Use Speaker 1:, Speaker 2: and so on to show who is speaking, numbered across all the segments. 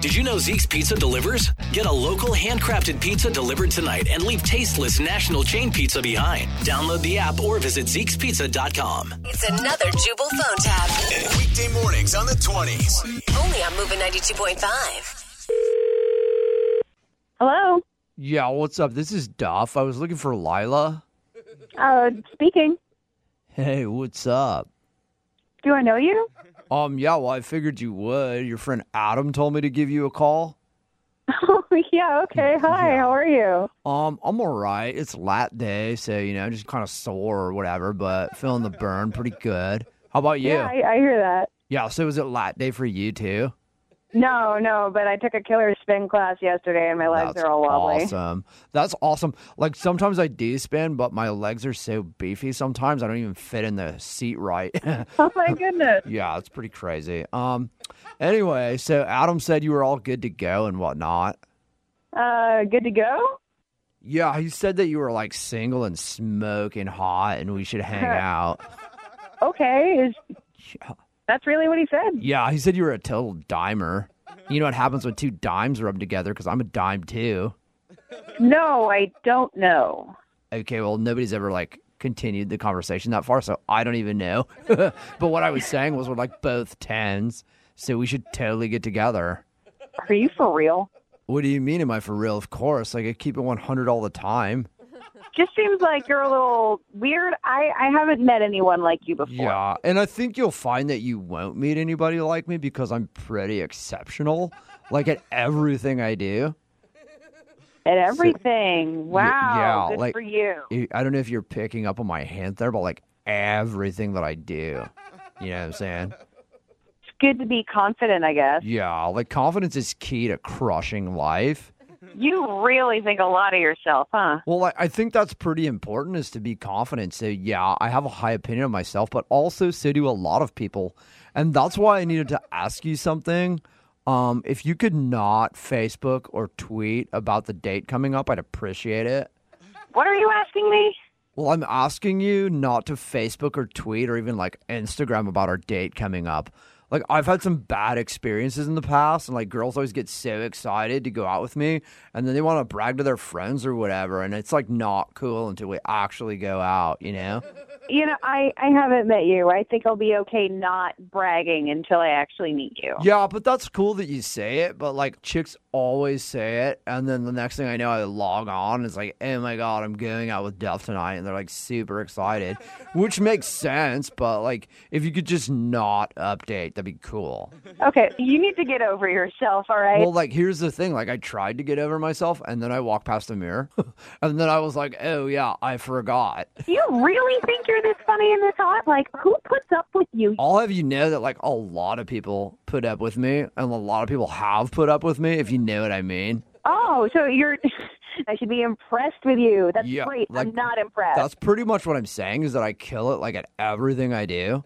Speaker 1: Did you know Zeke's Pizza delivers? Get a local handcrafted pizza delivered tonight and leave tasteless national chain pizza behind. Download the app or visit Zeke'sPizza.com.
Speaker 2: It's another Jubal phone tab.
Speaker 3: Weekday mornings on the 20s.
Speaker 2: Only on Moving 92.5.
Speaker 4: Hello.
Speaker 5: Yeah, what's up? This is Duff. I was looking for Lila.
Speaker 4: Uh, speaking.
Speaker 5: Hey, what's up?
Speaker 4: Do I know you?
Speaker 5: Um, yeah, well, I figured you would. Your friend Adam told me to give you a call.
Speaker 4: Oh, yeah. Okay.
Speaker 5: Mm-hmm.
Speaker 4: Hi. How are you?
Speaker 5: Um, I'm all right. It's lat day, so you know, just kind of sore or whatever, but feeling the burn pretty good. How about you? Yeah,
Speaker 4: I, I hear that.
Speaker 5: so was it lat day for you too?
Speaker 4: No, no, but I took a killer spin class yesterday and my legs
Speaker 5: That's
Speaker 4: are all wobbly.
Speaker 5: awesome. That's awesome. Like sometimes I do spin, but my legs are so beefy sometimes I don't even fit in the seat right.
Speaker 4: Oh my goodness.
Speaker 5: Yeah, it's pretty crazy. Um, anyway, so Adam said you were all good to go and whatnot.
Speaker 4: Uh, good to go?
Speaker 5: Yeah, he said that you were like single and smoking hot, and we should hang out.
Speaker 4: Okay. Is That's really what he said.
Speaker 5: Yeah, he said you were a total dimer. You know what happens when two dimes rub together? Because I'm a dime too.
Speaker 4: No, I don't know.
Speaker 5: Okay, well nobody's ever like continued the conversation that far, so I don't even know. but what I was saying was we're like both tens, so we should totally get together.
Speaker 4: Are you for real?
Speaker 5: What do you mean? Am I for real? Of course, like I keep it 100 all the time.
Speaker 4: Just seems like you're a little weird. I, I haven't met anyone like you before.
Speaker 5: Yeah, and I think you'll find that you won't meet anybody like me because I'm pretty exceptional, like at everything I do.
Speaker 4: And everything. Wow.
Speaker 5: yeah,
Speaker 4: good
Speaker 5: like-
Speaker 4: for you.
Speaker 5: I I don't know if you're picking up on my hint there, but like everything that I do, you know what I'm saying?
Speaker 4: It's good to be confident, I guess.
Speaker 5: Yeah, like confidence is key to crushing life.
Speaker 4: You really think a lot of yourself, huh?
Speaker 5: Well, I, I think that's pretty important is to be confident. So, yeah, I have a high opinion of myself, but also so do a lot of people. And that's why I needed to ask you something. Um, if you could not Facebook or tweet about the date coming up, I'd appreciate it.
Speaker 4: What are you asking me?
Speaker 5: Well, I'm asking you not to Facebook or tweet or even like Instagram about our date coming up. Like, I've had some bad experiences in the past, and like, girls always get so excited to go out with me, and then they want to brag to their friends or whatever, and it's like not cool until we actually go out, you know?
Speaker 4: You know, I, I haven't met you. I think I'll be okay not bragging until I actually meet you.
Speaker 5: Yeah, but that's cool that you say it, but like, chicks always say it, and then the next thing I know, I log on, and it's like, oh my God, I'm going out with Duff tonight, and they're like super excited, which makes sense, but like, if you could just not update, that'd be cool.
Speaker 4: Okay, you need to get over yourself, all right?
Speaker 5: Well, like, here's the thing. Like, I tried to get over myself, and then I walked past the mirror, and then I was like, oh, yeah, I forgot.
Speaker 4: you really think you're this funny and this hot? Like, who puts up with you?
Speaker 5: I'll have you know that, like, a lot of people put up with me, and a lot of people have put up with me, if you know what I mean.
Speaker 4: Oh, so you're. I should be impressed with you. That's
Speaker 5: Yeah,
Speaker 4: great.
Speaker 5: like,
Speaker 4: I'm not impressed.
Speaker 5: That's pretty much what I'm saying is that I kill it, like, at everything I do.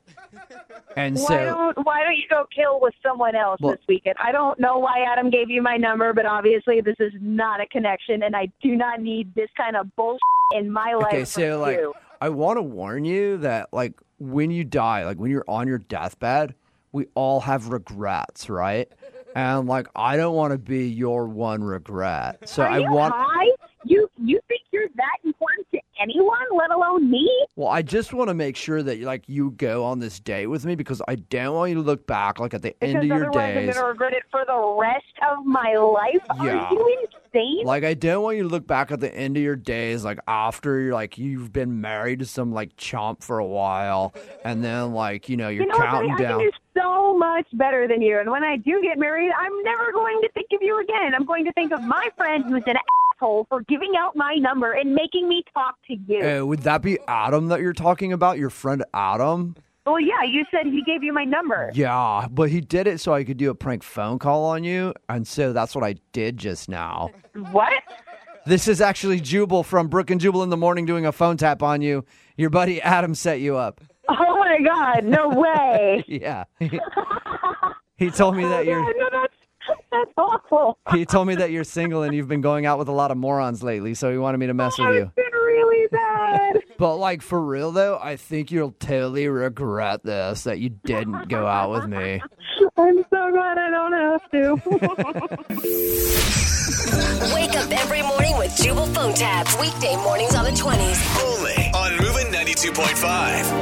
Speaker 5: And
Speaker 4: why
Speaker 5: so,
Speaker 4: don't Why don't you go kill with someone else
Speaker 5: Well-
Speaker 4: this weekend? I don't know why Adam gave you my number, but obviously this is not a connection, and I do not need this kind of bullshit in my life.
Speaker 5: okay, so,
Speaker 4: from
Speaker 5: like,
Speaker 4: you.
Speaker 5: I want to warn you that, like, when you die, like, when you're on your deathbed, we all have regrets, right? And, like, I don't want to be your one regret. So
Speaker 4: Are
Speaker 5: I
Speaker 4: you
Speaker 5: want.
Speaker 4: high? You you think you're that important to anyone, let alone me?
Speaker 5: Well, I just want to make sure that like you go on this date with me because I don't want you to look back like at the end
Speaker 4: Because
Speaker 5: of your
Speaker 4: otherwise I'm
Speaker 5: days.
Speaker 4: gonna regret it for the rest of my life.
Speaker 5: Yeah.
Speaker 4: Are you insane?
Speaker 5: Like I don't want you to look back at the end of your days like after you're like you've been married to some like chomp for a while and then like you know you're
Speaker 4: you know, what, buddy?
Speaker 5: counting
Speaker 4: I
Speaker 5: down.
Speaker 4: think you're so much better than you. And when I do get married, I'm never going to think of you again. I'm going to think of my friend who's an asshole for giving out my number and making me talk to you.
Speaker 5: Uh, would that be Adam that you're talking about? Your friend Adam?
Speaker 4: well, yeah, you said he gave you my number.
Speaker 5: Yeah, but he did it so I could do a prank phone call on you, and so that's what I did just now.
Speaker 4: What?
Speaker 5: This is actually Jubal from Brook and Jubal in the morning doing a phone tap on you. Your buddy Adam set you up.
Speaker 4: Oh my God! No way!
Speaker 5: Yeah. he told me that
Speaker 4: yeah,
Speaker 5: you're
Speaker 4: no, that's that's awful.
Speaker 5: he told me that you're single and you've been going out with a lot of morons lately, so he wanted me to mess with you.
Speaker 4: It's been really bad.
Speaker 5: But like for real though, I think you'll totally regret this that you didn't go out with me.
Speaker 4: I'm so so glad I don't have to.
Speaker 2: Wake up every morning with Jubal phone tabs. Weekday mornings on the 20s.
Speaker 3: Only on Moving 92.5.